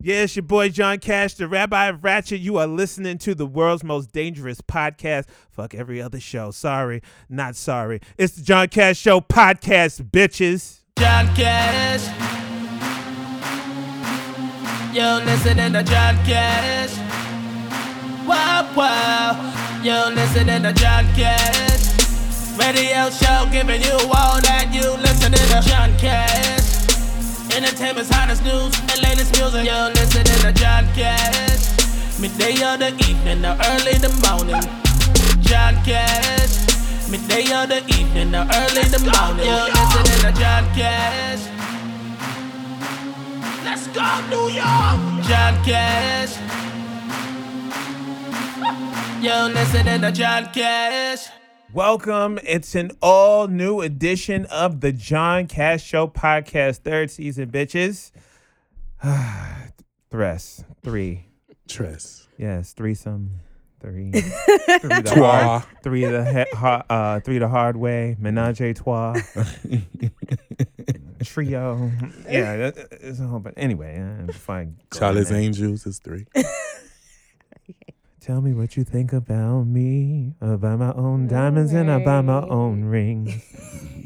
Yeah, it's your boy John Cash, the Rabbi of Ratchet. You are listening to the world's most dangerous podcast. Fuck every other show. Sorry, not sorry. It's the John Cash Show podcast, bitches. John Cash. You listening to John Cash. Wow, wow. You listening to John Cash. Radio show giving you all that you listening to John Cash. Entertainment's hottest news and latest music. You listening to John Cash. Midday of the evening or early the morning. John Cash. Midday of the evening or early the morning. You listening to John Cash. Let's go, New York! John Cash. You listening to John Cash. Welcome. It's an all new edition of the John Cash Show podcast, third season, bitches. Thress, three. Tress. Yes, threesome. Three. three the hard, three the he- ha- uh, three the hard way. Menage a trois. Trio. Yeah, that, it's a whole bunch. Anyway, uh, I'm fine. Charlie's Angels is three. Tell me what you think about me. I buy my own diamonds and I buy my own rings.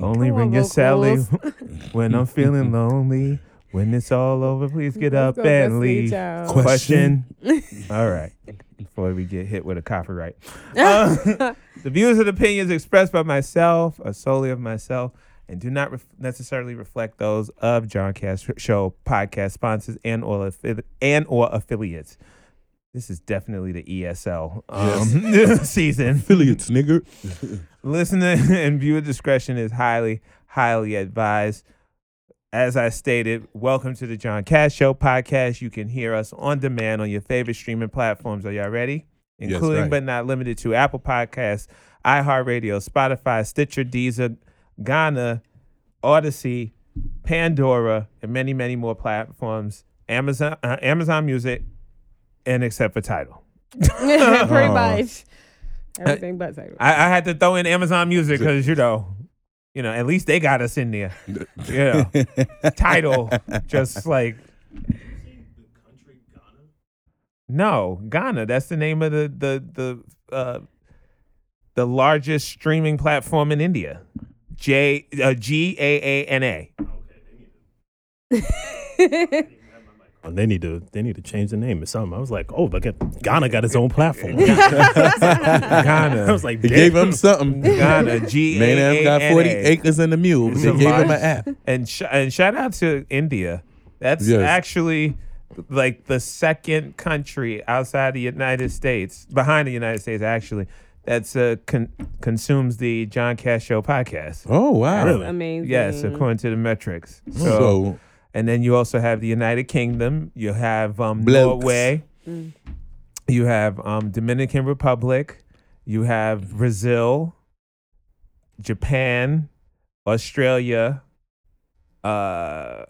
Only Come on, ring you're selling vocals. when I'm feeling lonely. When it's all over, please get Let's up go and dust leave. each out. Question. all right. Before we get hit with a copyright. Uh, the views and opinions expressed by myself are solely of myself and do not ref- necessarily reflect those of John Cash Show podcast sponsors and or affi- and or affiliates. This is definitely the ESL um, season. Affiliates, nigga. Listener and viewer discretion is highly, highly advised. As I stated, welcome to the John Cash Show podcast. You can hear us on demand on your favorite streaming platforms. Are y'all ready? Yes, Including right. but not limited to Apple Podcasts, iHeartRadio, Spotify, Stitcher, Deezer, Ghana, Odyssey, Pandora, and many, many more platforms. Amazon, uh, Amazon Music, and except for Title. Pretty Oh. much. Everything but sex. I, I had to throw in Amazon Music because you know, you know, at least they got us in there. You know, title just like. No, Ghana. That's the name of the the the uh, the largest streaming platform in India. J uh, G A A N A. Oh, they need to they need to change the name or something. I was like, oh, look at Ghana got its own platform. I Ghana. was like, He damn. gave him something. Man, Ghana. G A A N A. I've got 40 acres and a mule. They a gave him lot. an app. and sh- and shout out to India. That's Yes. actually like the second country outside the United States, behind the United States, actually, that's uh, con- consumes the John Cash Show podcast. Oh, wow. Really? Amazing. Yes, according to the metrics. So, So, and then you also have the United Kingdom. You have um, Blokes. Norway. You have um, Dominican Republic. You have Brazil, Japan, Australia, uh,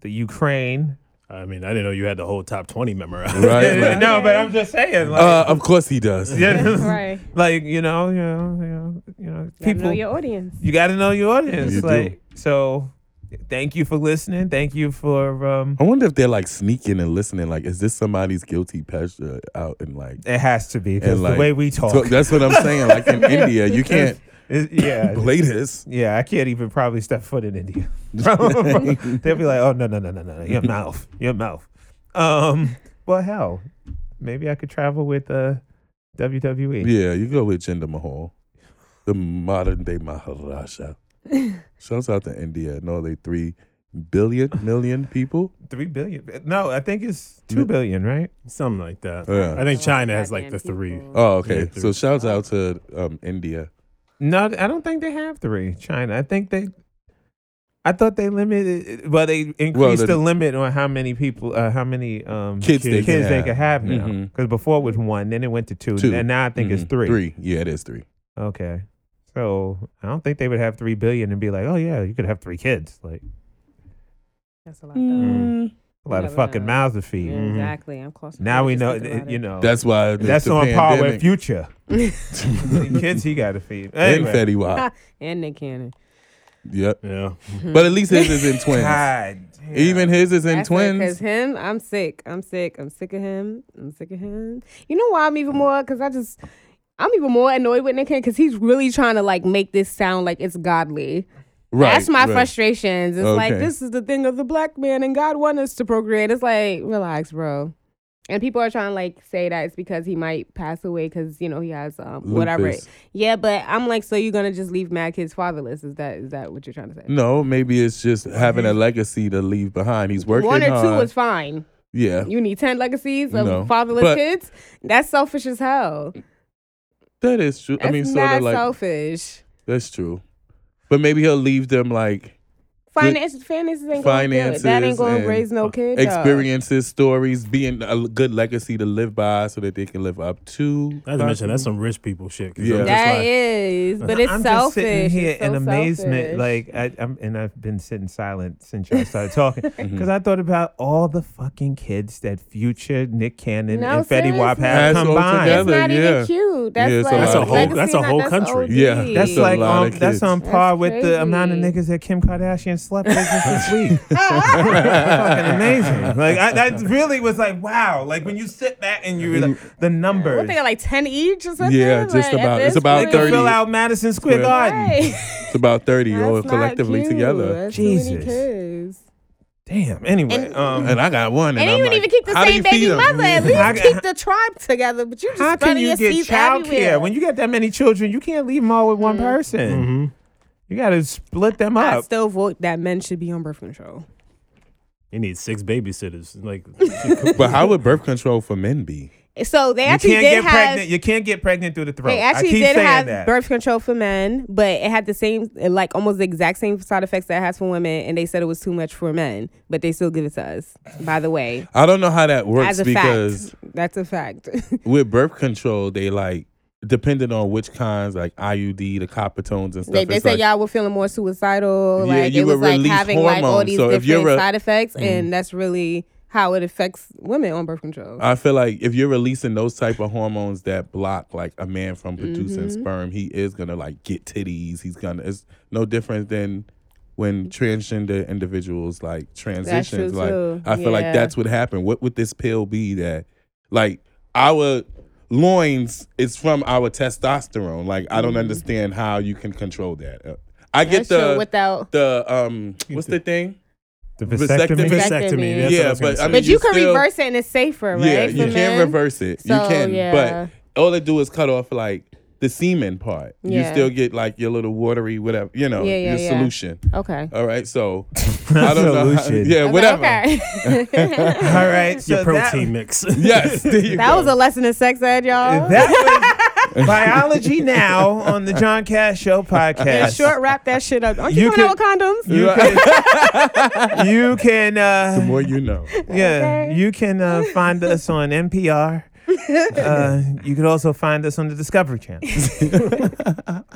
the Ukraine. I mean, I didn't know you had the whole top twenty memorized. right. right. no, but I'm just saying. Like, Uh, of course he does. Right. like you know, you know, you know, you know People people. know your audience. you got to know your audience. You do. like so, thank you for listening. Thank you for um, I wonder if they're like sneaking and listening. Like, is this somebody's guilty pleasure out in like. It has to be because And the like, way we talk. So that's what I'm saying. Like in India, you can't It- yeah, play this. yeah. I can't even probably step foot in India. They'll be like, "Oh no, no, no, no, no! Your mouth, your mouth." Um, well, hell, maybe I could travel with uh, E. WWE. Yeah, you go with Jinder Mahal, the modern day Maharaja. Shouts out to India. No, they three billion million people. Three billion? eh, No, I think it's two billion, right? Something like that. Yeah. I think China has like Oh, Goddamn the three. people. Oh, okay. Yeah, so three. shouts out to um, India. No, I don't think they have three. China, I think they. I thought they limited. Well, they increased the- the limit on how many people, uh, how many um, Kids they can they have. could have now. Because Mhm. before it was one, then it went to two, Two. and now I think it's Mhm. three. Three. Yeah, it is three. Okay. So I don't think they would have three billion and be like, oh yeah, you could have three kids. Like That's a lot. Mm. Mm. a lot of Never fucking know. mouths to feed. Mm-hmm. Though. Exactly. I'm close. Now we know, you know, That's why. the- Oh. that's the on par with pandemic- Future. The kids he got to feed. and Anyway, Fetty Wap. And Nick Cannon. Yep. Yeah. But at least his is in twins. God damn. Even his is in Because twins. him, I'm sick. I'm sick. I'm sick of him. I'm sick of him. You know why I'm even more? Because I just, I'm even more annoyed with Nick because he's really trying to like make this sound like it's godly. Right. That's my right. frustrations. It's like Okay. this is the thing of the black man, and God want us to procreate. It's like relax, bro. And people are trying to like say that it's because he might pass away because you know he has um, whatever. Lupus. Yeah, but I'm like, so you're gonna just leave mad kids fatherless? Is that is that what you're trying to say? No, maybe it's just having a legacy to leave behind. He's working One or hard. two is fine. yeah, You need ten legacies of No, fatherless but- kids. That's selfish as hell. that is true. That's I mean, sort not of like selfish. that's true. But maybe he'll leave them like Finance, finances ain't going to do it. finances. That ain't going and to raise no kid. dog. Experiences, stories, being a good legacy to live by, so that they can live up to. Not to mention that's some rich people shit. 'cause I'm Yeah. just That like- is, but it's I'm selfish. just sitting here It's so in amazement, selfish. like I, I'm, and I've been sitting silent since y'all started talking Mm-hmm. because I thought about all the fucking kids that Future, Nick Cannon, No, and Fetty Wap have seriously. That's all it's combined. together. not Yeah. even cute. That's Yeah, it's a like That's a lot. whole- legacy that's a not- whole country. OD. Yeah, That's It's a like lot um, of that's kids. on That's par with the amount of crazy. niggas that Kim Kardashian slept with just this week. fucking amazing. Like I, that really was like wow. Like when you sit back and you like the What numbers. they got like ten each or something? Yeah, just Like, at about- it's this about They point? could 30. fill out Madison Square Right. Garden. Right. It's about thirty all That's not collectively cute. together. That's too many Jesus. kids. Damn. Anyway, And- um, And I got one. And, And, I'm you didn't like, even keep the how do same you feed baby them? mother. At How least ca- keep the tribe together. But you just How can spreading you your get seeds child care everywhere. when you got that many children? You can't leave them all with one person. Mm-hmm. Mhm. You got to split them I up. still vote that men should be on birth control. You need six babysitters. Like, But how would birth control for men be? So they You actually can't did get have pregnant. You can't get pregnant through the throat. Oh, They actually I keep did saying have that. birth control for men, but it had the same, like almost the exact same side effects that it has for women, and they said it was too much for men, but they still give it to us. By the way, I don't know how that as works a because fact, that's a fact. with birth control, they like depending on which kinds, like IUD, the coppertones and stuff. they they it's like- said y'all were feeling more suicidal, Yeah, like you it was would like release having like all hormones, these so if you're different a- Mm. side effects, and that's really how it affects women on birth control. I feel like if you're releasing those type of hormones that block like a man from producing Mm-hmm. sperm, he is gonna like get titties. He's gonna. It's no different than when transgender individuals like transitions. true, like too. I feel like Yeah. that's what happened. What would this pill be that like our loins is from our testosterone? Like I don't understand how you can control that. Uh, I Mm-hmm. that's get the true without. the um what's the thing the vasectomy. vasectomy. vasectomy. That's Yeah, what I was gonna but I say. mean, But you, you can still- reverse it, and it's safer, right? yeah for you men? can reverse it So, you can yeah. but all they do is cut off like the semen part you Yeah. still get like your little watery whatever you know Yeah, yeah, your yeah. solution Okay. all right so i don't know how- Solution. yeah Okay, whatever Okay. All right, so your protein That, mix. yes there you That go. was a lesson in sex ed, y'all. that was biology now on the John Cash Show And podcast. short wrap that shit up. Aren't you, You coming out with condoms? You can, you can uh, the more you know Yeah, Okay. you can uh, find us on NPR. uh, you could also find us on the Discovery Channel.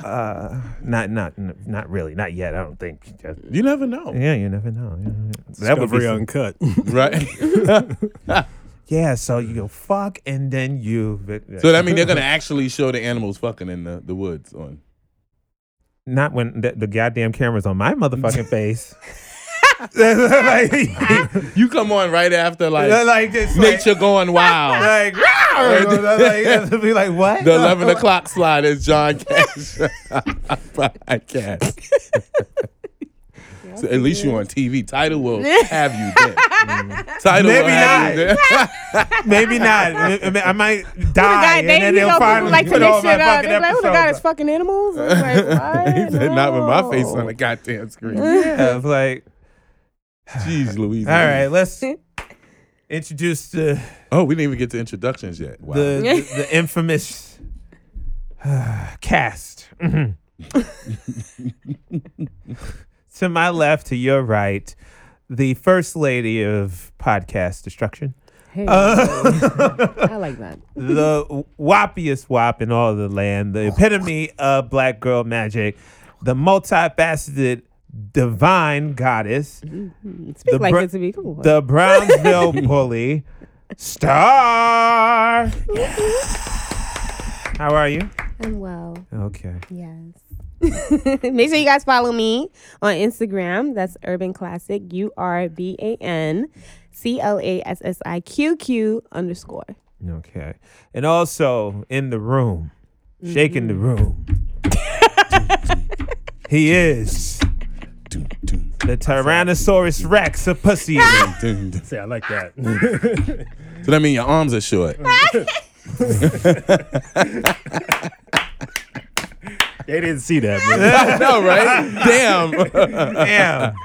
uh, not, not, n- not really, not yet. I don't think. Just- you never know yeah, you never know. Yeah, that would be some- uncut. right yeah. So you go fuck, and then you. so that means they're gonna actually show the animals fucking in the, the woods on not when the, the goddamn camera's on my motherfucking face. like, you come on right after like like this, like, nature going wild like, Ah! like, like, be like, what? The 11 o'clock slide is John Cash podcast. so at least you on TV. Title will have you there. Title Maybe will have you not. there. Maybe not. I, I- I might The die, guy, and then they, you they'll know, finally people like to put all mix my shit up. fucking They're like, oh, episodes. the God, it's fucking animals. I'm like, he what? said, not with my face No. on the goddamn screen. yeah, it's like, Jeez, Louise. all right, let's introduce the Oh, we didn't even get to introductions yet. Wow. the, the, the infamous uh, cast. Mhm. to my left, to your right, the first lady of podcast destruction, Hey, Uh, I like that. the wappiest wop in all the land, the epitome of black girl magic, the multifaceted divine goddess. Speak The like br- it to be cool. the Brownsville bully star. How are you? I'm well. Okay. Yes. Make sure you guys follow me on Instagram. That's Urban Classic, U R B A N C L A S S I Q Q underscore. Okay. And also in the room, shaking the room. he is Doom, doom, the Tyrannosaurus Rex of pussy. eating. doom, doom. See, I like that. So that means your arms are short. they didn't see that. Man. no, right? Damn. Damn.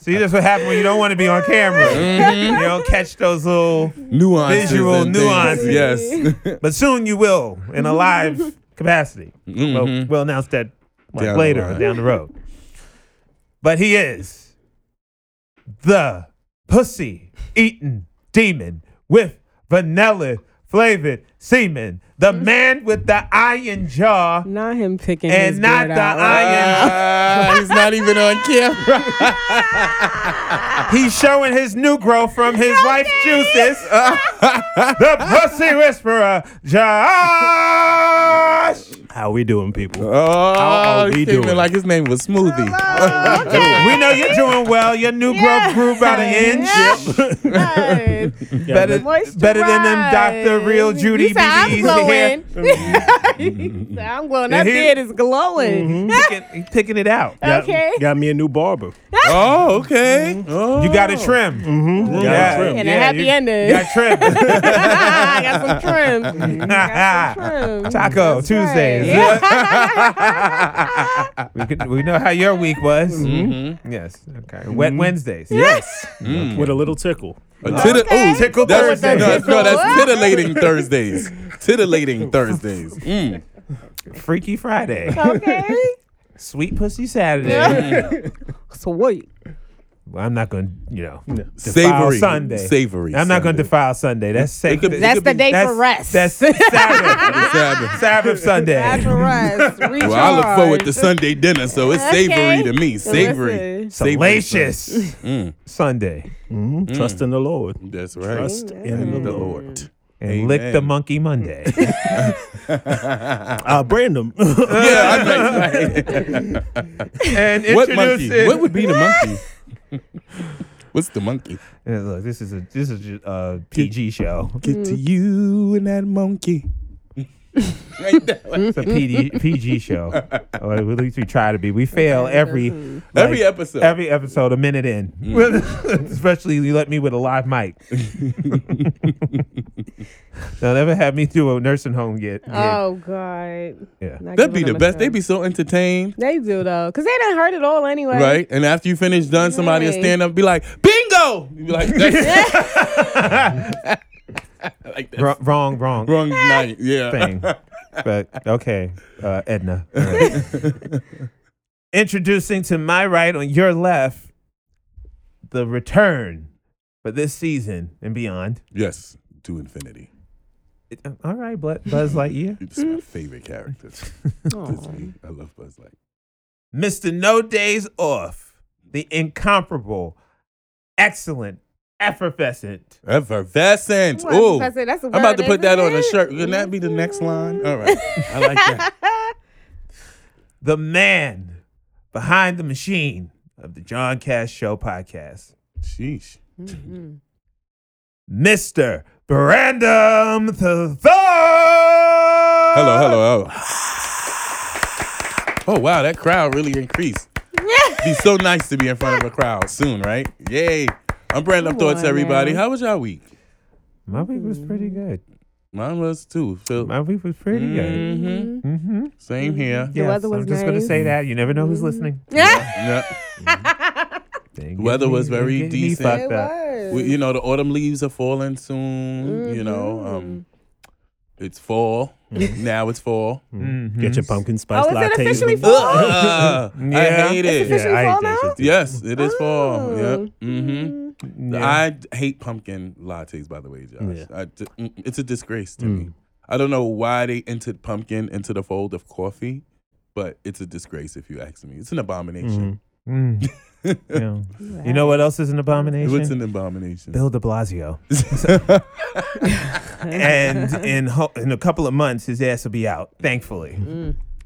See, that's what happens when you don't want to be on camera. Mm-hmm. You don't catch those little, Nuances. Visual and things. nuances. Yes. but soon you will in Mm-hmm. a live capacity. Well, Mhm. we'll announce that like, Down the later line. down the road. But he is the pussy eating demon with vanilla flavored semen, the Mm. man with the iron jaw. Not him picking And his not beard the out. iron. Ah, he's not even on camera. He's showing his new growth from his wife's juices. the pussy whisperer, Josh. How we doing, people? Oh, are we he's screaming doing? like his name was Smoothie. We know you're doing well. Your new growth grew about an inch. Yes. Better, Moisturize. better than them Dr. Real Judy You said I'm BBs to hear. glowing. You Mm-hmm. said I'm glowing. That The hair- beard is glowing. Picking, he's picking it out. Got- Okay. Got, me a new barber. Oh, okay. Oh. Mm-hmm. You got it trimmed. Got Yeah. a trim. And a Yeah, happy you- ending. You got trimmed. I got some trim. Got some trim. Taco Tuesdays. Yeah. we, could, we know how your week was. Mm-hmm. Yes. Okay. Wet Wednesdays. Yes. Mm. with a little tickle. A tiddle- Okay. ooh, Tickle Oh, that's, Thursday. No, no, that's titillating Thursdays. Titillating Thursdays. Mm. Freaky Friday. Okay. Sweet Pussy Saturday. So what? Well, I'm not going to, you know, defile Mm. Savory. Sunday. Savory I'm not going to Sunday. defile Sunday. That's It could be- sacred. That's the be- day that's, for rest. That's Sabbath. Sabbath. Sabbath Sunday. That's for rest. Recharge. Well, I look forward to Sunday dinner, so it's Okay. savory to me. Savory. Listen. Savory Sunday. Salacious Mm. Sunday. Trust in the Lord. That's right. Trust in the, the Lord. Lord. And lick the Amen. monkey Monday. Uh, Brandon. Yeah, I'm like, and what monkey? introducing. What would be the monkey? What's the monkey? Yeah, Uh, look, this is a this is ju- a PG show. Get to you and that monkey. Ain't that what- It's a PD, PG show. Or at least we try to be. We fail every like, Every episode. Every episode, a minute in. Especially you let me with a live mic. They'll never have me through a nursing home yet. Oh God. Yeah. Not That'd be the giving them a best. They'd chance. be so entertained. They do though, cause they done heard it all anyway. Right? And after you finish done, somebody will Right. stand up and be like, bingo! You be like, that's like that's Wr- wrong, wrong wrong night. Yeah. thing. but okay, uh, Edna. All right. Introducing to my right, on your left, the return for this season and beyond. Yes. To infinity. It- uh, all right, Bu- Buzz Lightyear. It's my favorite character. Disney. I love Buzz Lightyear. Mr. No Days Off, the incomparable, excellent, effervescent. Effervescent. Well, Ooh. that's- that's a I'm about to word, put that isn't on a it? shirt. Can that be the next line? All right. I like that. the man behind the machine of the John Cash Show podcast, Sheesh. Mr. Brandon Thor. Hello, Hello, hello, hello. Oh wow, that crowd really increased. Be so nice to be in front of a crowd soon, right? Yay! I'm Brandon Come Thoughts, on everybody. now. How was y'all week? My week was pretty good. Mine was too. So, My week was pretty good. Mhm. Mm-hmm. same here. Yes, weather was I'm just gonna nice. Mm-hmm. say that. You never know who's listening. Yeah. The Yeah. Weather was very decent. Fucked It up. was. We, you know, the autumn leaves are falling soon. You know, Mm-hmm. um, it's fall. Mm-hmm. Now it's fall. Get your pumpkin spice Oh, is it lattes officially with- fall? Ugh, Yeah. I hate It's it. officially I fall hate that now? shit too. Yes, it is fall. Yep. Oh. Mm-hmm. Yeah. I d- hate pumpkin lattes, by the way, Josh. Yeah. I d- mm, it's a disgrace to me. I don't know why they entered pumpkin into the fold of coffee, but it's a disgrace if you ask me. It's an abomination. Mm. Yeah. Mm-hmm. You know what else is an abomination? It's an abomination. Bill De Blasio. Mm. and in ho- in a couple of months, his ass will be out. Thankfully,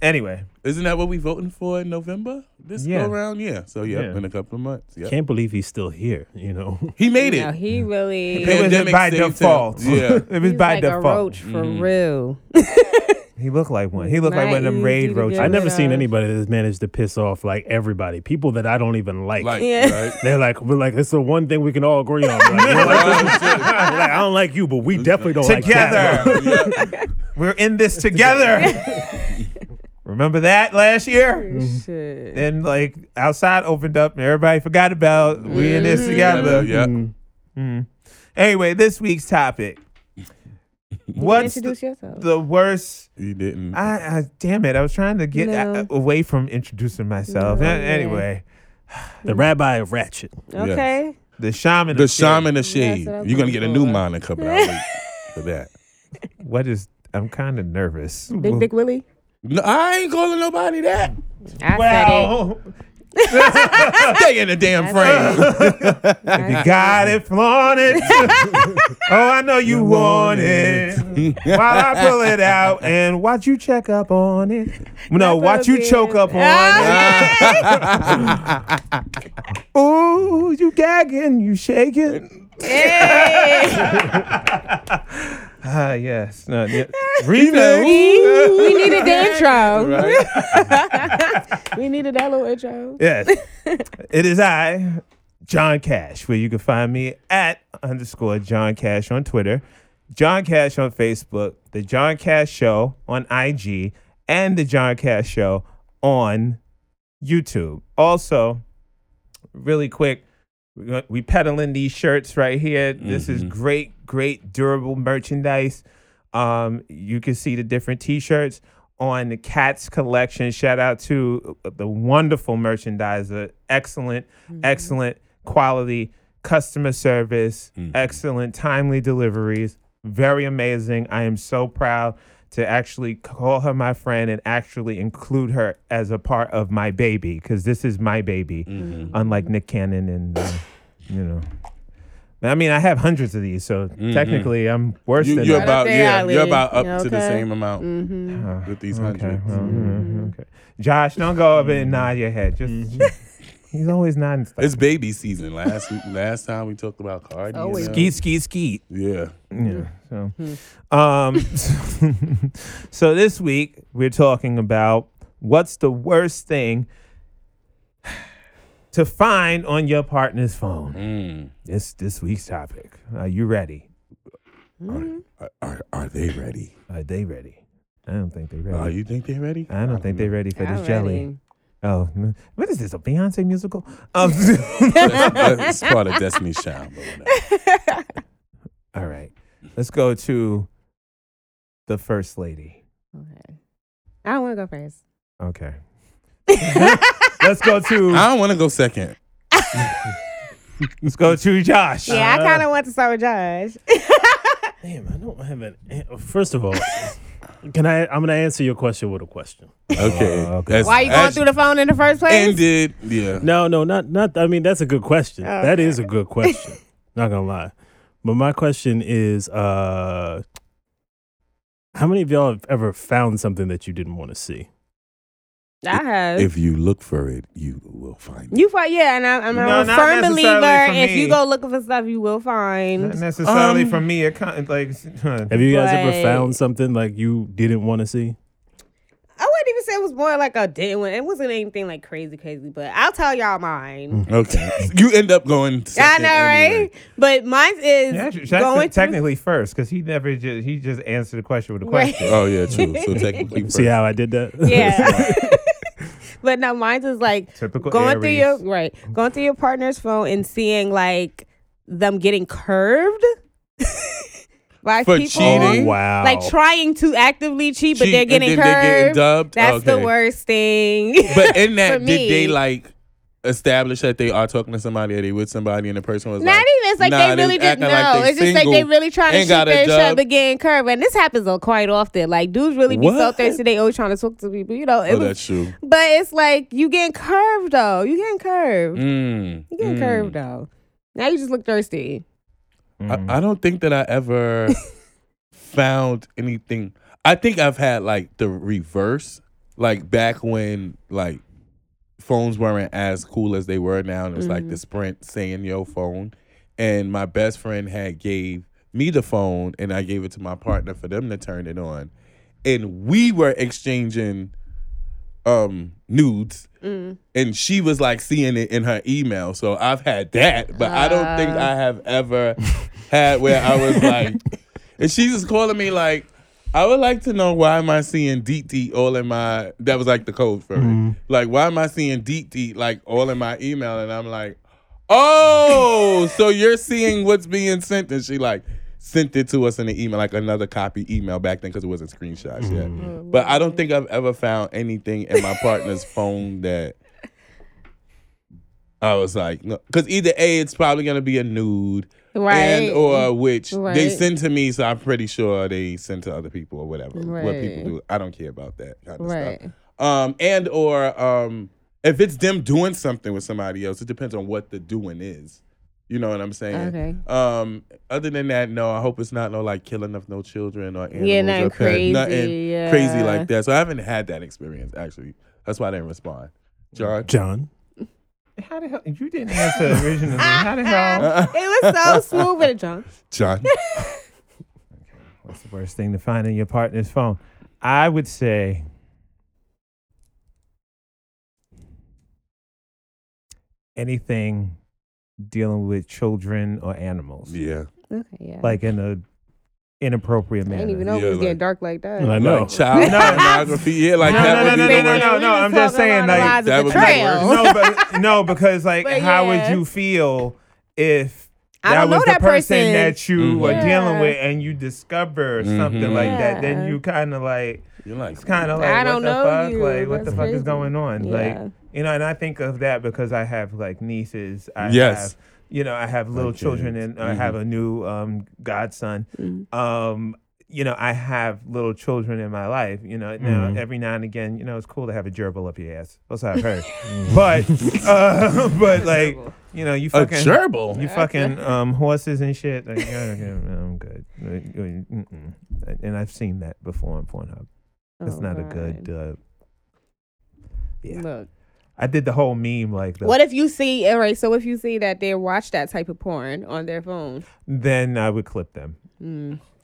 Anyway, Isn't that what we voting for in November? This Yeah. go around? Yeah. So yeah, Yeah. in a couple of months. Yeah. Can't believe he's still here. You know, He made No, it. he really. Pan- He's it was Pandemic by saved him. default. Yeah. it was by like a default. Mm-hmm. roach for real. He looked like one. He looked like one of them Right, raid you do roaches. the I never But, seen uh, anybody that's managed to piss off like everybody. People that I don't even like. Like, Yeah. right? They're like, we're like, it's the one thing we can all agree on. Like, we don't like this shit. We're like, I don't like you, but we definitely don't like that. together. We're in this together. Remember that last year? Shit. Mm-hmm. Then like outside opened up and everybody forgot about we in Mm. this together. Yeah. Anyway, this week's topic. What's the, Introduce yourself. the worst? He didn't. I, I damn it! I was trying to get No. a- away from introducing myself. No, A- yeah. Anyway, The rabbi of ratchet. okay. the shaman. the of shit. shaman of shade. what I'm You're gonna get a new looking for. monica, but I'll wait for that. What is? I'm kind of nervous. Big Big Willie. No, I ain't calling nobody that. I said Well, Stay in the damn frame. it. I You got it, flaunt it. oh, I know you want it. While I pull it out and watch you check up on it. No, watch you pussy. choke up Ah, on uh, it. Ooh, you gagging, you shaking. Ah, yes. No, yeah. Remix. said it. We needed the intro. Right? We needed that little intro. Yes. It is I, John Cash, where you can find me at underscore John Cash on Twitter, John Cash on Facebook, The John Cash Show on IG, and The John Cash Show on YouTube. Also, really quick, we got- we peddling these shirts right here. This is great, great durable merchandise. Um, you can see the different T-shirts on the Cats collection. Shout out to uh, the wonderful merchandiser, excellent, excellent quality, customer service, excellent timely deliveries. Very amazing. I am so proud to actually call her my friend and actually include her as a part of my baby because this is my baby, unlike Nick Cannon and uh, you know. I mean, I have hundreds of these, so technically I'm worse You, than you're that. Uh, about there, yeah. You're Ali. about up to the Okay. Mm. same amount with these Okay. hundreds. well, mm, okay. Josh, don't go over and nod your head. Just, he's always nodding stuff. It's baby season. Last week, last time we talked about Cardi. Oh, you know? Skeet, skeet, skeet. Yeah. Yeah. So, um, so this week we're talking about what's the worst thing to find on your partner's phone. Mm. It's this week's topic. Are you ready? Mm-hmm. Are, are, are they ready? Are they ready? I don't think they're Oh, ready. you think they're ready? I don't Um, think they're ready for this Alrighty. jelly. Oh, n- what is this? A Beyonce musical? Um, That's part of Destiny's Child. but whatever. all right. Let's go to the first lady. Okay. I don't want to go first. Okay. let's go to I don't want to go second. let's go to Josh. Yeah, I kind of want to start with Josh. Damn, I don't have an. an- First of all, can I? I'm gonna answer your question with a question. Okay. Oh, okay. That's- Why you going that's through the phone in the first place? Ended. Yeah. No, no, not not. I mean, that's a good question. That is a good question. not gonna lie, but my question is, uh, how many of y'all have ever found something that you didn't want to see? I have. If you look for it, you will find it. you find yeah, and I'm, I'm No, a not firm necessarily believer. for If me. you go looking for stuff, you will Not find. necessarily Um, for me. It kind of like huh. Have you guys ever Right. found something like you didn't want to see? I wouldn't even say it was more like a day one. It wasn't anything like crazy, crazy, but I'll tell y'all Mm, mine. Okay. you end up going I second. know, anyway. right? But mine is Yeah, Jackson going to- technically first because he never just he just answered the question with a Right. question. Oh yeah, true. So technically, See how I did that? Yeah. but no, mine is like Typical going through your Aries. right, going through your partner's phone and seeing like them getting curved by For people. cheating? wow. Like trying to actively cheat, but Cheat they're and getting then they're getting curved. dubbed? That's the Okay. worst thing. But in that, For did they me. like establish that they are talking to somebody, or they with somebody, and the person was Not like, even. It's like nah, they really just acting know. like they it's just like they single really trying to and shoot got a their shot, dub. but getting curved. And this happens uh, quite often. Like dudes really be so What? thirsty they always trying to talk to people. You know. It Oh, was- that's true. but it's like you getting curved though. You getting curved. Mm, You getting mm. curved though. Now you just look thirsty. I, I don't think that I ever found anything. I think I've had like the reverse. like back when like phones weren't as cool as they were now, and it was like the Sprint saying yo phone. And my best friend had gave me the phone, and I gave it to my partner for them to turn it on, and we were exchanging um nudes and she was like seeing it in her email so i've had that but i don't think i have ever had where i was like and she's just calling me like i would like to know why am i seeing dt all in my that was like the code for it like why am i seeing dt like all in my email and i'm like oh so you're seeing what's being sent and she like sent it to us in an email like another copy email back then because it wasn't screenshots yet but I don't think I've ever found anything in my partner's phone that I was like, no, because either a, it's probably gonna be a nude, Right. and or which they Right. send to me, so I'm pretty sure they send to other people or whatever. What Right. people do, I don't care about that kind of Right. stuff. Um, and or um, if it's them doing something with somebody else, it depends on what the doing is. You know what I'm saying? Okay. Um, other than that, no. I hope it's not no like killing of no children or animals Yeah, or nothing pets, crazy, nothing yeah. crazy like that. So I haven't had that experience actually. That's why I didn't respond. John, John. How the hell? You didn't answer originally. How the hell? it was so smooth with it, John. John, What's the worst thing to find in your partner's phone? I would say anything dealing with children or animals, yeah, Okay, yeah. like in a inappropriate I manner. didn't even know Yeah, it was like- getting dark like that. I know. like child No. pornography, yeah, like No, that no, would no, be no, the no, worst. no, no. I'm just saying, like, that that would would be the worst. no, but no, because like, But how yeah. would you feel if I that don't was know the that person, person. that you Mhm. were Yeah. dealing with, and you discover something like that? Then Yeah. you kind of like, You're like, it's kind of like, I what don't the know fuck? you. Like, what the That's fuck is crazy. going on? Yeah. Like, you know, and I think of that because I have like nieces. I Yes. Have, you know, I have little kids. Mm-hmm. children, and I have a new um, godson. Mm-hmm. Um, you know, I have little children in my life. You know, now Mm-hmm. every now and again, you know, it's cool to have a gerbil up your ass. That's what I've heard. but, uh, but like, you know, you Mm. a fucking gerbil. you fucking um, horses and shit. Like, yeah, okay, I'm good. Like, mm-mm. And I've seen that before on Pornhub. Oh, That's not a good. Uh, yeah. Look, I did the whole meme like the, what if you see? All right, so if you see that they watch that type of porn on their phone, Mm. Then I would clip them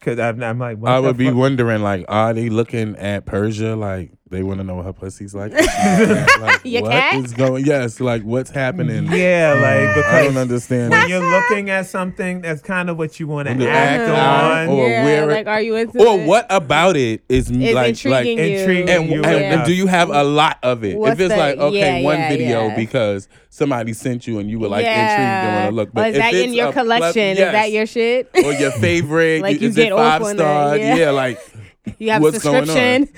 because I'm, I'm like, what I the would be fuck? wondering, like, are they looking at Persia? Like, they want to know what her pussy's like. like Your what cat? is going? Yes, like, what's happening? Yeah, like I because don't understand. when you're looking at something, that's kind of what you want When you to act act on. on Or Uh-huh. yeah, where it- like are you into? or it? what about it is is like like intriguing you? intriguing and, you and, enough. and do you have a lot of it? What's if it's the- like okay, yeah, one yeah, video yeah. because somebody sent you and you were like intrigued and Yeah. want to look. Or is if that in it's your a pleth- collection? Is yes. that your shit? or your favorite? Like, you is get it off five on that, star? yeah. yeah, like You have a what's going on? subscription.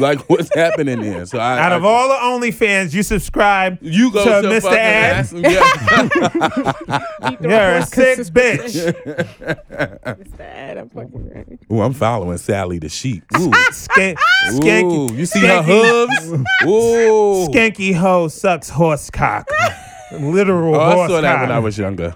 like what's happening here? So I, Out I- of all the OnlyFans, you subscribe. you go to to, Mr. fucking Ad. ask him- yeah. You're a sick bitch. Sad, I'm fucking ready. Ooh, I'm following Sally the sheep. Ooh. Skin, Ooh, skanky, you see her hooves? Ooh. Skanky hoe sucks horse cock. Literal Oh, I horse saw that cock. when I was younger.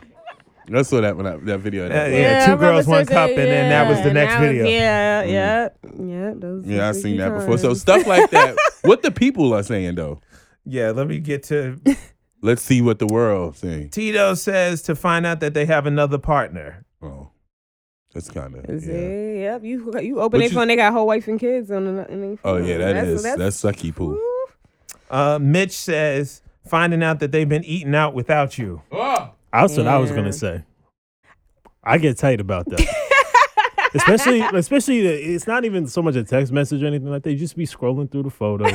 I saw that when I, that video. Uh, yeah, That Yeah, I two remember girls, one searching- cup, and then that was the yeah, next and that was- video. Mm. Yeah, yeah, yeah. Those Yeah, I've those seen that times. before. So stuff like that. what the people are saying though. yeah, let me get to Let's see what the world saying. Tito says to find out that they have another partner. Oh, that's kind of Is yeah. it? Yep. You you open But their you- phone, they got whole wife and kids on the. on their Oh phone. yeah, that's, that's sucky poo. Ooh. Uh, Mitch says finding out that they've been eating out without you. That's what I was Yeah. gonna say. I get tight about that. especially, especially the- it's not even so much a text message or anything like that. You just be scrolling through the photos,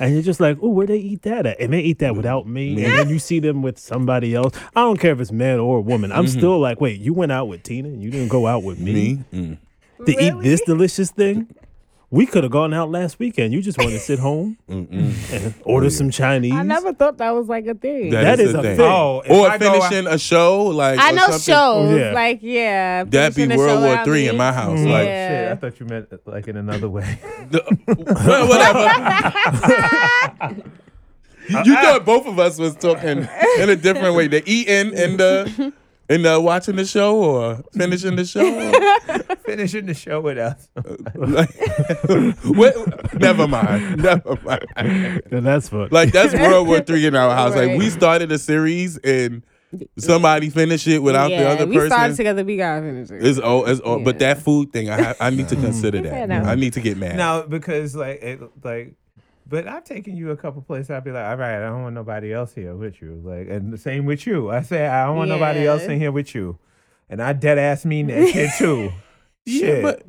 and you're just like, "Oh, where they eat that at?" And they eat that without me, and then you see them with somebody else. I don't care if it's man or woman. I'm still like, "Wait, you went out with Tina, and you didn't go out with me, Mm-hmm. Me? Mm. to eat this delicious thing." We could have gone out last weekend. You just want to sit home and order some Chinese. I never thought that was like a thing. That is the a thing. Oh, if or I go out- finishing a show like I or know something. Oh, shows Yeah. like yeah. That'd be finishing a World show War out Three in me. my house. Like, Like Yeah. shit, I thought you meant like in another way. the- well, whatever. you, you thought both of us was talking in a different way. The eating and the and the watching the show or finishing the show. finishing the show with us. What- never mind. Never mind. Then that's what. Like that's World War Three in our house. Like we Right. started a series and somebody finished it without the other we started person. together. We gotta finish it. It's all, it's all, but Yeah. that food thing, I ha- I need to consider that. no. I need to get mad. No, because like it like but I've taken you a couple places. I'd be like, all right, I don't want nobody else here with you. Like, and the same with you. I say I don't want nobody else Yeah. in here with you, and I dead ass mean that shit too. Shit, but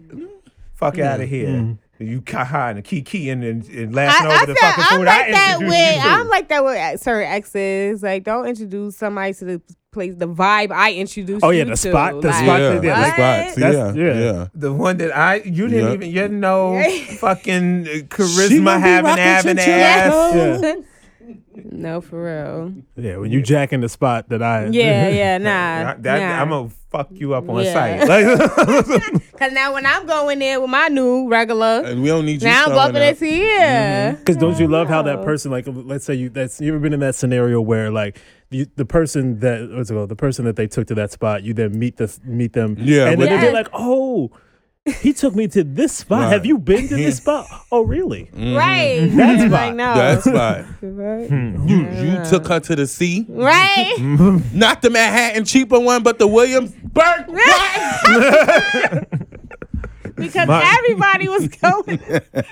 fuck out of here. You kaha and kiki and and, and I, laughing Mm-hmm. I over the fucking am food. like I that introduced with you to. I'm like that with ex- certain exes. Like, don't introduce somebody to the place, the vibe I introduced. Oh, yeah, you the to. spot- the Like, yeah, spot that they- the like, what? spots, That's- yeah, yeah. yeah. The one that I you didn't Yeah. even you didn't know fucking She gonna charisma be having rocking having chinchilla. ass. Yeah. No, for real. yeah, when you jack in the spot that I. Yeah, yeah, nah. That- that- nah. I'm gonna fuck you up on Yeah. sight. Like, Cause now when I'm going in with my new Uh, regular, And we don't need you. now I'm showing bumping up. it to yeah. Because don't you love how that No. person, like, let's say you that's you ever been in that scenario where like the, the person that what's it called the person that they took to that spot, you then meet the meet them, Yeah, and then but- they're like, oh, he took me to this spot. Right. Have you been to this spot? Oh, really? Mm-hmm. Mm-hmm. Right. That's Yeah, fine. That Like, no. spot. Right. Hmm. You you took her to the sea, Right. not the Manhattan cheaper one, but the Williamsburg. because My- everybody was going.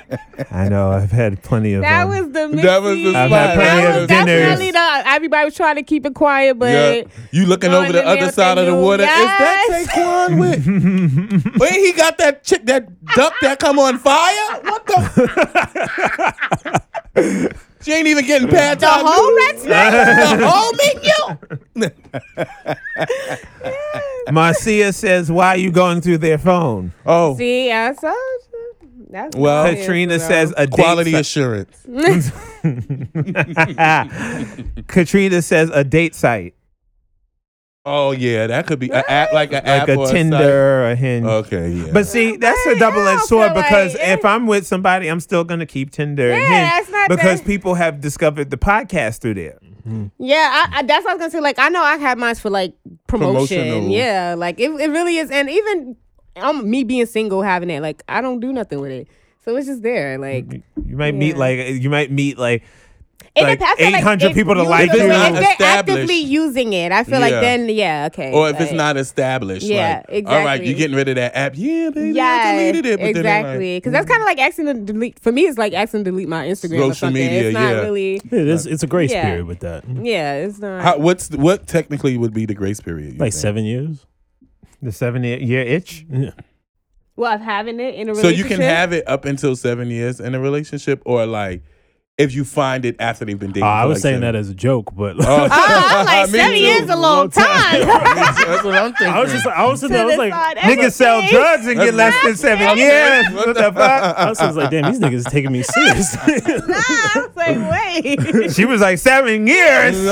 I know I've had plenty of That um, was the mixy. That was the I've spot. had plenty That of was dinners. definitely the everybody was trying to keep it quiet, but Yeah. You looking Going over the in there other with side of that the new- water. Is Yes. that Taquan with? Wait, he got that chick, that duck that come on fire? What the? she ain't even getting past the whole red snake. the whole menu. Marcia says, "Why are you going through their phone?" Oh, See, I saw. you. That's Well- what it is, Katrina you know. uh, says, "A quality date." assurance. site. Ah. Katrina says, "A date site, Oh yeah, that could be an app like an like app a or Tinder or a Hinge." site. Okay, yeah. But see, that's a Right, double I edged don't sword feel because like if it- I'm with somebody, I'm still gonna keep Tinder and Yeah, Hinge that's not because that- people have discovered the podcast through there. Yeah, I, I, that's what I was gonna say. Like, I know I had mine for like promotion. Promotional. Yeah, like it, it really is. And even um, me being single, having it, like I don't do nothing with it, so it's just there. Like, it You might meet Yeah. like you might meet like Mm-hmm. like depends- I feel 800 if people to you like feel you. like Not If they're established. actively using it, I feel like Yeah. then, yeah, okay. or if it's like- not established, Yeah, like, All right, exactly. you're getting rid of that app. Yeah, baby, I Yeah, deleted it. But then they're like, mm. exactly. Because that's kind of like asking to delete. For me, it's like asking to delete my Instagram. Social or something. media, It's not yeah. really. It is. It's a grace Yeah. period with that. Yeah, it's not. How, what's what technically would be the grace period? you think? Like seven years. the seven year itch. Yeah. well, of having it in a So relationship. you can have it up until seven years in a relationship, or like if you find it after they've been dating. Oh, I was saying that as a joke, but Oh, I'm like Me seven too. years is a long time. That's what I'm thinking. I was just. I was sitting there. I was like. eh? Niggas sell drugs and get less than seven years. What What the fuck? I was just like, damn, these niggas is taking me serious. I was like, wait, She was like seven years. you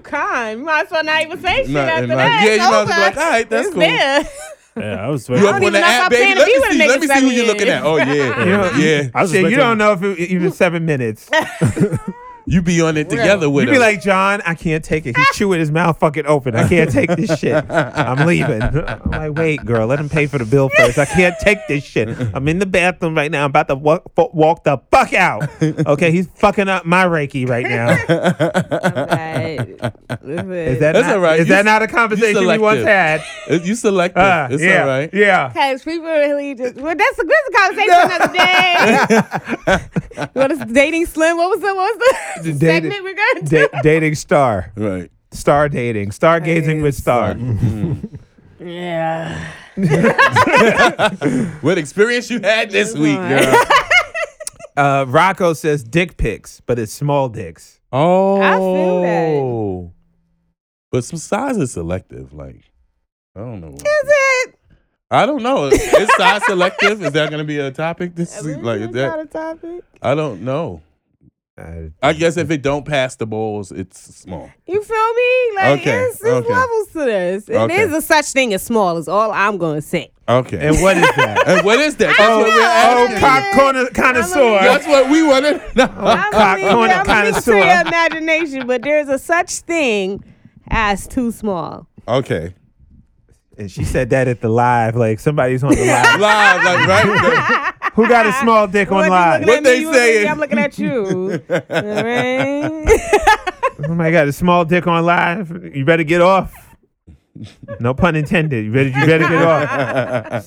can't. You might as well not even say shit Not- after not- that. yeah, you might It's as well be over. like, all right, that's It's cool. there. yeah, I was. you up don't on even the know if I app, baby? plan to Let be me with a see. nigga Let me see seven who you're looking years. at. Oh yeah, yeah. I was just Shit, about you to- don't know if it, even seven minutes. You be on it together with You be him. like, John, I can't take it. He's chewing his mouth fucking open. I can't take this shit. I'm leaving. I'm like, wait, girl, let him pay for the bill first. I can't take this shit. I'm in the bathroom right now. I'm about to walk, f- walk the fuck out. Okay, he's fucking up my Reiki right now. Is that That's not, all right. Is You that s- not a you conversation we selective. once had? you selective. Ah, it's yeah, all right. Yeah. Because people really just well, that's a good conversation another day. what is dating slim? What was the what was the, The dating- segment we're gonna do? Da- dating star. Right. Star dating. Stargazing with star. yeah. What experience you had this week, right. girl? Uh, Rocco says dick pics, but it's small dicks. Oh, feel that. But some size is selective. Like, I don't know. Is it? I don't know. Is size selective? Is that going to be a topic this week? Like is that? topic. I don't know. I- I guess if it don't pass the balls, it's small. You feel me? Like Okay, it's, there's okay. levels to this. It is Okay. a such thing as small. Is all I'm gonna say. Okay. and what is that? And what is that? That's don't what we're know. Oh, asking. pop corner That's connoisseur. what we wanted. No. cock I'm gonna leave, corner I'm gonna leave it to connoisseur. your imagination, but there's a such thing as too small. Okay. and she said that at the live. Like somebody's on the live. Live, like right. Who got a small dick on What live? What they saying? I'm looking at you. All right. Somebody got Oh a small dick on live. You better get off. No pun intended. You better you better get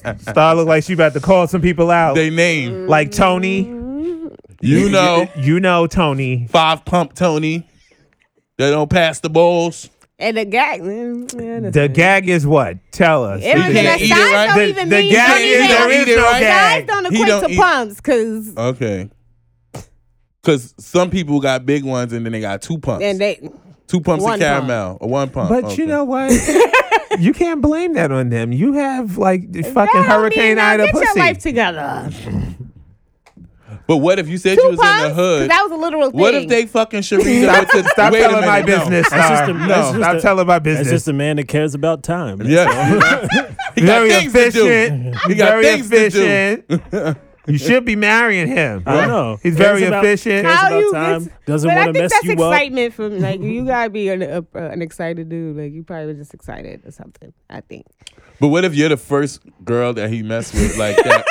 off. Star look like she about to call some people out. They name. like Tony. You know, You know Tony. five pump Tony. They don't pass the balls. and the gag. mm, yeah, that's The it. gag is what? Tell us. It don't He even, can't that eat size it, right? don't The- even the mean gag don't is even- there is no Guys gag. don't He equate don't to eat- pumps because Okay. Cause some people got big ones and then they got two pumps. and they two pumps one of caramel or one pump. But Okay. you know what? you can't blame that on them. You have like the fucking That don't mean Hurricane now Ida get pussy. your life together. But what if you said you Two was pumps. in the hood? That was a literal thing. What if they fucking Sharita went to Stop wait a telling minute, my no. business. That's just Star. a- that's no, just stop a- telling my That's business. just a man that cares about time. Yeah. he got very things to do. efficient. He He's got very things to do. Uh-huh. efficient. you should be marrying him. I know. He's Cares very about- efficient. cares How about you time. miss- Doesn't but I want think to mess that's you up. excitement from like you gotta be an, a, a- an excited dude. Like you probably was just excited or something. I think. But what if you're the first girl that he messed with like that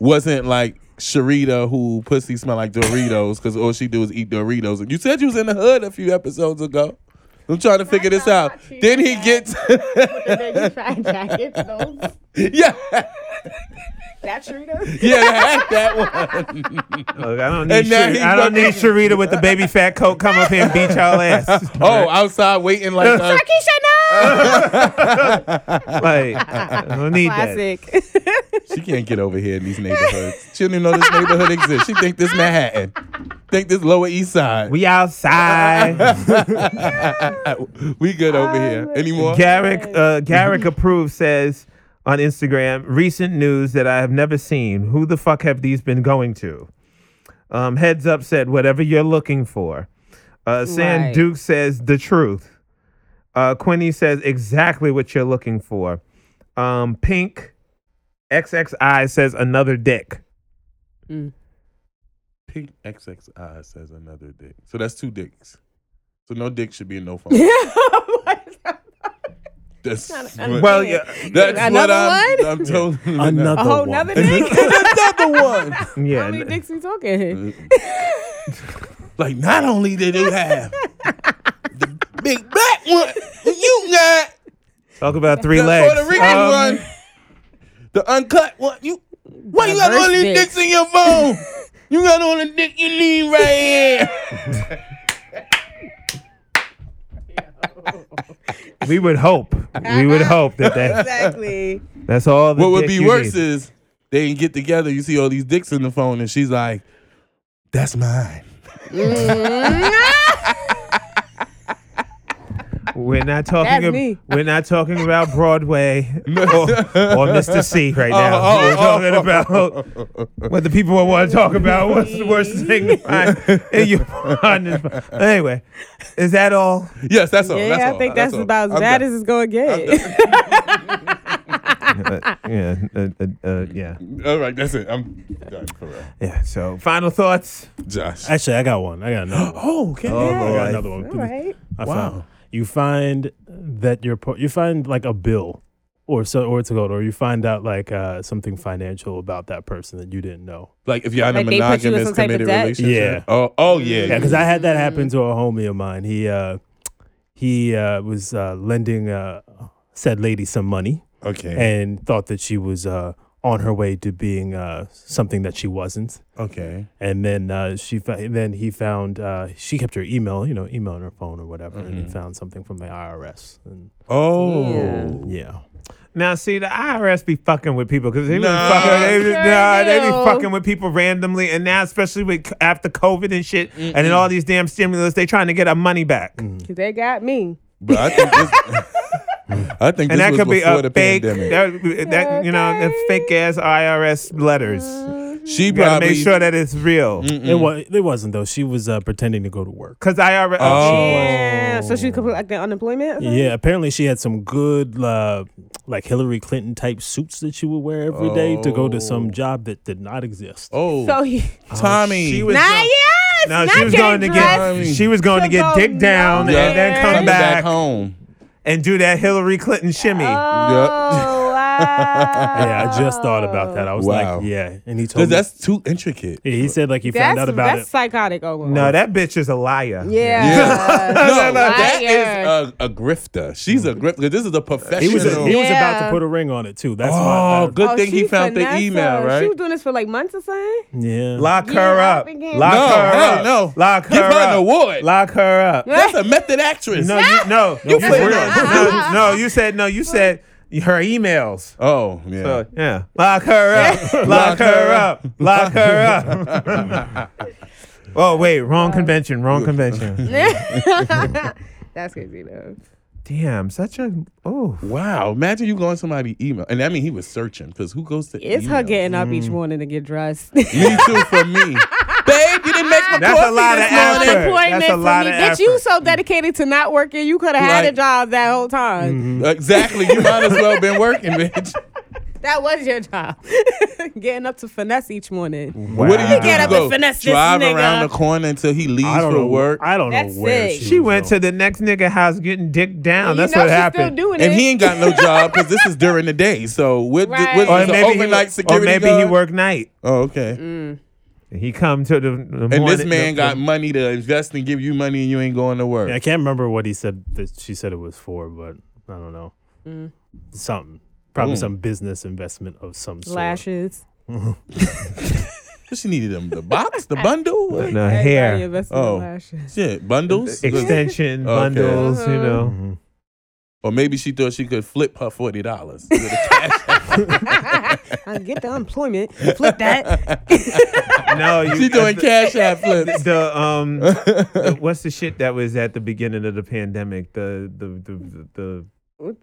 wasn't like Sharita who pussy smell like Doritos because all she do is eat Doritos. And you said you was in the hood a few episodes ago. I'm trying to figure this out. Then he gets yeah That's Rita. yeah I had that one. Look, I don't need. And now Shar- he's I don't gonna- need Sharita with the baby fat coat come up here and beat y'all ass. Oh, outside waiting like uh, Keisha, no. like I don't need that. Classic. she can't get over here in these neighborhoods. She don't even know this neighborhood exists. She think this Manhattan, think this Lower East Side. Ah, We outside. we good over here anymore. Garrick uh, Garrick approved says on Instagram recent news that I have never seen. Who the fuck have these been going to? Um, heads up said whatever you're looking for. Uh, Sam Right. Duke says the truth. Uh, Quinny says exactly what you're looking for. Um, Pink XXI says another dick. Pink XXI says another dick. So that's two dicks. So no dick should be in no phone. That's what- Well, yeah, that's what Another I'm, one? I'm told. Another A whole one. nother dick. another one. yeah. How many dicks we talking? Like not only did you have the big black one, you got Talk about three the legs. Puerto Rican Um, one, the uncut one. You why you got Diverse all these dicks. dicks in your phone? you got all the dick you need right here. We would hope. We would hope that, that exactly. that's all. The What would dick be you worse need. is they didn't get together. You see all these dicks in the phone, and she's like, "That's mine." We're not talking. That's ab- me. We're not talking about Broadway or, or Mr. C right now. oh, we're oh, talking about what the people would want to talk about. What's the worst thing to find in your partner's phone? Anyway, is that all? Yes, that's all. Yeah, that's I all. think that's, all. about as I'm bad done. as it's gonna get. Uh, yeah, uh, uh, uh, yeah, All right, that's it. I'm done for real. yeah. So, final thoughts. Josh. Actually, I got one. I got another one. oh, okay. Oh, I got Lord. another one. All right. I Wow. found. You find that your par- you find like a bill or so or it's a gold or you find out like uh, something financial about that person that you didn't know. Like if you're in a Like they put you in monogamous some type of committed debt? relationship. Yeah. Oh, oh yeah. Yeah, because I had that happen to a homie of mine. He uh, he uh, was uh, lending uh, said lady some money okay. and thought that she was uh, on her way to being uh, something that she wasn't. okay. And then uh, she fa- then he found uh, she kept her email, you know, email on her phone or whatever, Mm-hmm. and he found something from the IRS. And Oh. yeah, Now, see, the IRS be fucking with people because they, be No. fucking- they, be- Sure nah, they be do. fucking with people randomly. And now, especially with c- after COVID and shit, and then all these damn stimulus, they trying to get our money back. 'Cause They got me. But I think this I think And this that was could be before a the fake, pandemic. that, that, you know, the fake ass IRS letters. she You gotta probably Mm. make sure that it's real. it was it wasn't though. She was uh, pretending to go to work. Cause IRS. Oh. Yeah. So she could put like the unemployment. or something? Yeah, apparently she had some good, uh, like Hillary Clinton type suits that she would wear every day to go to some job that did not exist. Oh So he. Tommy. She was Nah, go- yes. no, not she was going to dressed. get. She was going to To get go dick down nowhere. and then come coming back. back, home. and do that Hillary Clinton shimmy. Oh, wow. Yeah, I just thought about that. I was Wow. like, yeah. And he told Because me. that's too intricate. yeah, he said like he That's, found out about that's it. psychotic. Almost. no, that bitch is a liar. Yeah. no, no, that Liar. is a, a grifter. She's a grifter. This is a professional. He was he was about Yeah. to put a ring on it too. That's oh, why. good Oh, thing he she found the finessed email, her. She right? was doing this for like months or something. Yeah. Lock Yeah, her I up. think it- Lock No, her no, up. no. Lock her Give her an up. award. Lock her up. That's a method actress. No, you, no, No, you for said, real. no, no, no, you said no. You said her emails. Oh, yeah. So, yeah, lock her up. Lock Lock her her up. Lock her up. oh wait, wrong convention. Wrong convention. That's crazy though. Damn, such a oh. Wow. Imagine you going to somebody's email. And I mean, he was searching because who goes to It's her emails? getting up each morning to get dressed. Me too, for me. Babe, you didn't make my That's a coffee lot of this effort. morning. That's a lot of Bitch, effort. you so dedicated to not working, you could have had Right. a Mm-hmm. job that whole time. Exactly. You might as well been working, bitch. That was your job. getting up to finesse each morning. What do you Wow. do? Get up Go and finesse this drive nigga. around the corner until he leaves I don't for know work. I don't That's know where sick. she. She was went going. to the next nigga house getting dick down. You That's know what she's happened. Still doing and it. he ain't got no job because this is during the day. So with Right. the, with Or the he- overnight security or maybe guard- he worked night. Oh, okay. Mm. He come to the, the And morning- this man the- got money to invest and give you money, and you ain't going to work. Yeah, I can't remember what he said that she said it was for, but I don't know. Mm. Something. Probably some business investment of some sort. lashes. She needed them the box, the bundle. the Everybody hair invested in Oh. lashes. Shit, bundles. extension Okay. bundles. You know. Mm-hmm. Or maybe she thought she could flip her forty dollars. That's I get the unemployment. Flip that. no, you, She doing cash app flips. The um, the- what's the shit that was at the beginning of the pandemic? The the the the.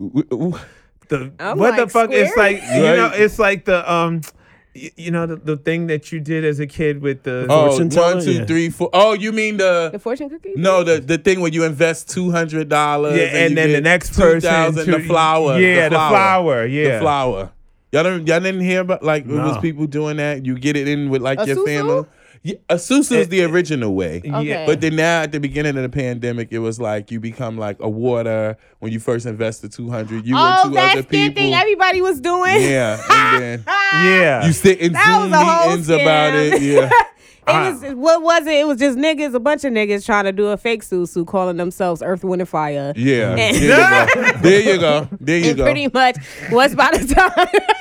Oh, the, the I'm what the like, fuck? It's square? like you know, Right. it's like the um, y- you know, the, the thing that you did as a kid with the. Oh, Fortune one, teller? two, Yeah. three, four. Oh, you mean the the fortune cookie? no the the thing where you invest two hundred dollars. yeah, and, then the next two person, thousand the to- flower. yeah, the flower, yeah, the flower. Y'all don't y'all didn't hear about like it was No. people doing that. You get it in with like A your susu? family. Yeah, Asusu is the original way. Eh, yeah. Okay. But then now at the beginning of the pandemic, it was like you become like a water when you first invested two hundred. You Oh, and two that other skin people. thing everybody was doing. Ah, yeah, and then yeah. you sit in That Zoom was a whole meetings about scam. it. Yeah, It was what was it? It was just niggas, a bunch of niggas trying to do a fake susu, calling themselves Earth, Wind, and Fire. yeah. And- there you go. There you and go. There pretty you go. much was by the time.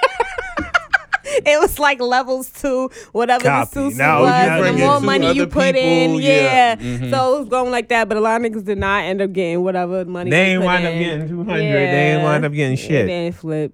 It was like levels to whatever Copy. the susu Now you was. bring The in more two money you other put in, people, yeah. yeah. Mm-hmm. So it was going like that, but a lot of niggas did not end up getting whatever money. They ain't put wind up in. getting 200. They ain't wind up getting They shit. didn't flip.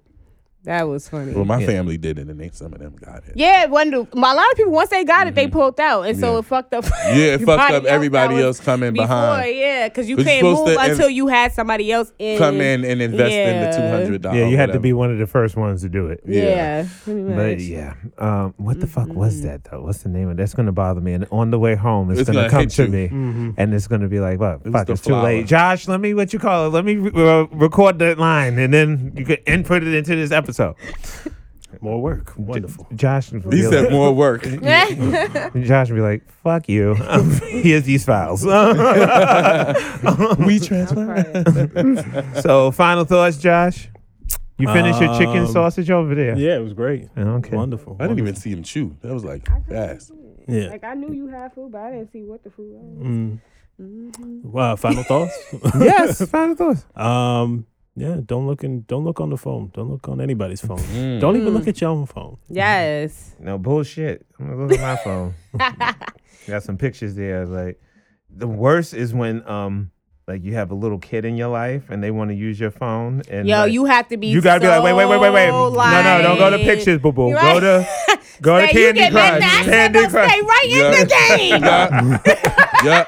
That was funny. Well, my family did it, and they, some of them got it. Yeah, one do- a lot of people once they got Mm-hmm. it, they pulled out, and so Yeah. it fucked up. Yeah, it fucked up that everybody was else coming before, behind. Yeah, because you 'Cause you can't supposed move to in- until you had somebody else in. Come in and invest in the two hundred dollars. yeah, you had to be one of the first ones to do it. Yeah, Yeah. pretty much. But yeah, um, what the fuck was that though? What's the name of that's gonna bother me? And on the way home, it's, It's gonna, gonna come hit to you. Mm-hmm. me, and it's gonna be like, "What? was fuck, the it's too late." flower. Josh, let me what you call it? Let me re- uh, record that line, and then you can input it into this episode. More work. Wonderful. Josh, would be He said like- more work. Josh would be like, "Fuck you." Here's these files. we transfer. Right. so, final thoughts, Josh. You finished your chicken Um, sausage over there. Yeah, it was great. Okay. Wonderful. I didn't even see him chew. That was like fast. Yeah. like I knew you had food, but I didn't see what the food was. Mm. Wow. Final thoughts. Yes. Final thoughts. um. Yeah. Don't look in. Don't look on the phone. Don't look on anybody's phone. Mm. Don't Mm. even look at your own phone. Yes. No bullshit. I'm gonna look at my phone. Got some pictures there. Like the worst is when um like you have a little kid in your life and they want to use your phone and Yo, like, you have to be. you gotta be like wait wait wait wait wait so, no no don't go to like- pictures boo boo You're go right. to go to Stay- you Candy get Crush mad now. I said Candy don't Crush Stay right Yeah. in the game. Yeah. yeah.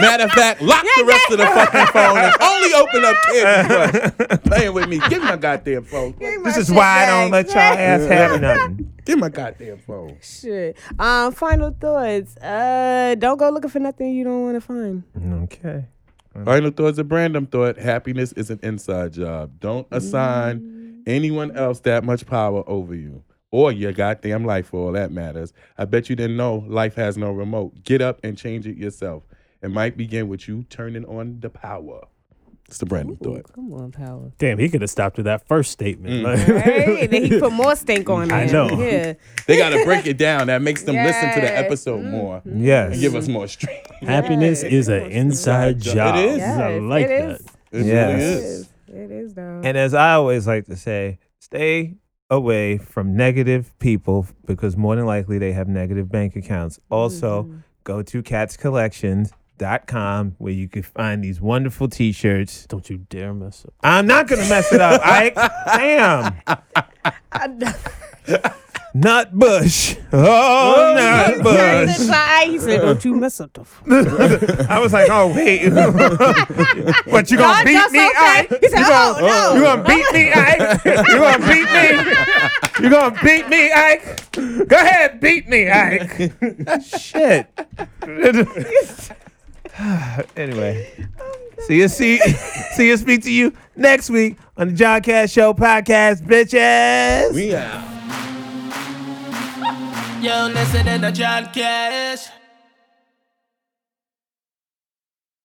Matter of fact, lock the rest of the fucking phone and only open up Candy Crush. Playing with me. Give me my goddamn phone. this is why I don't let y'all ass have nothing Give me my goddamn phone. Shit. Um, final thoughts. Uh, don't go looking for nothing you don't want to find. okay Final thoughts a Brandon thought. Happiness is an inside job. Don't assign anyone else that much power over you or your goddamn life for all that matters. I bet you didn't know life has no remote. Get up and change it yourself. It might begin with you turning on the power. It's the brand new thought. Come on, power. Damn, he could have stopped with that first statement. Mm. Right? then he put more stink on it. I know. Yeah. They got to break it down. That makes them listen to the Yes. episode more Mm-hmm. Yes. and give us more strength. Happiness Yes. is an inside It job. is. I Yes, like it that. is. It Yes. really It is. is. It is though. And as I always like to say, stay away from negative people because more than likely they have negative bank accounts. Also, Mm-hmm. go to catscollections.com where you can find these wonderful t shirts. Don't you dare mess up. I'm not going to mess it up, Ike. Damn. Nut Bush. Oh, Nut Turned Bush. to side, he said, "Don't you mess up the." f- I was like, oh, wait. but you going to God, beat just me, okay. Ike? He said, "Oh no." You gonna beat me, Ike? You gonna beat me? You gonna beat me, Ike? Go ahead, beat me, Ike. Shit. anyway. See you see see you speak to you next week on the John Cash Show podcast, bitches. We out. You listening to John Cash?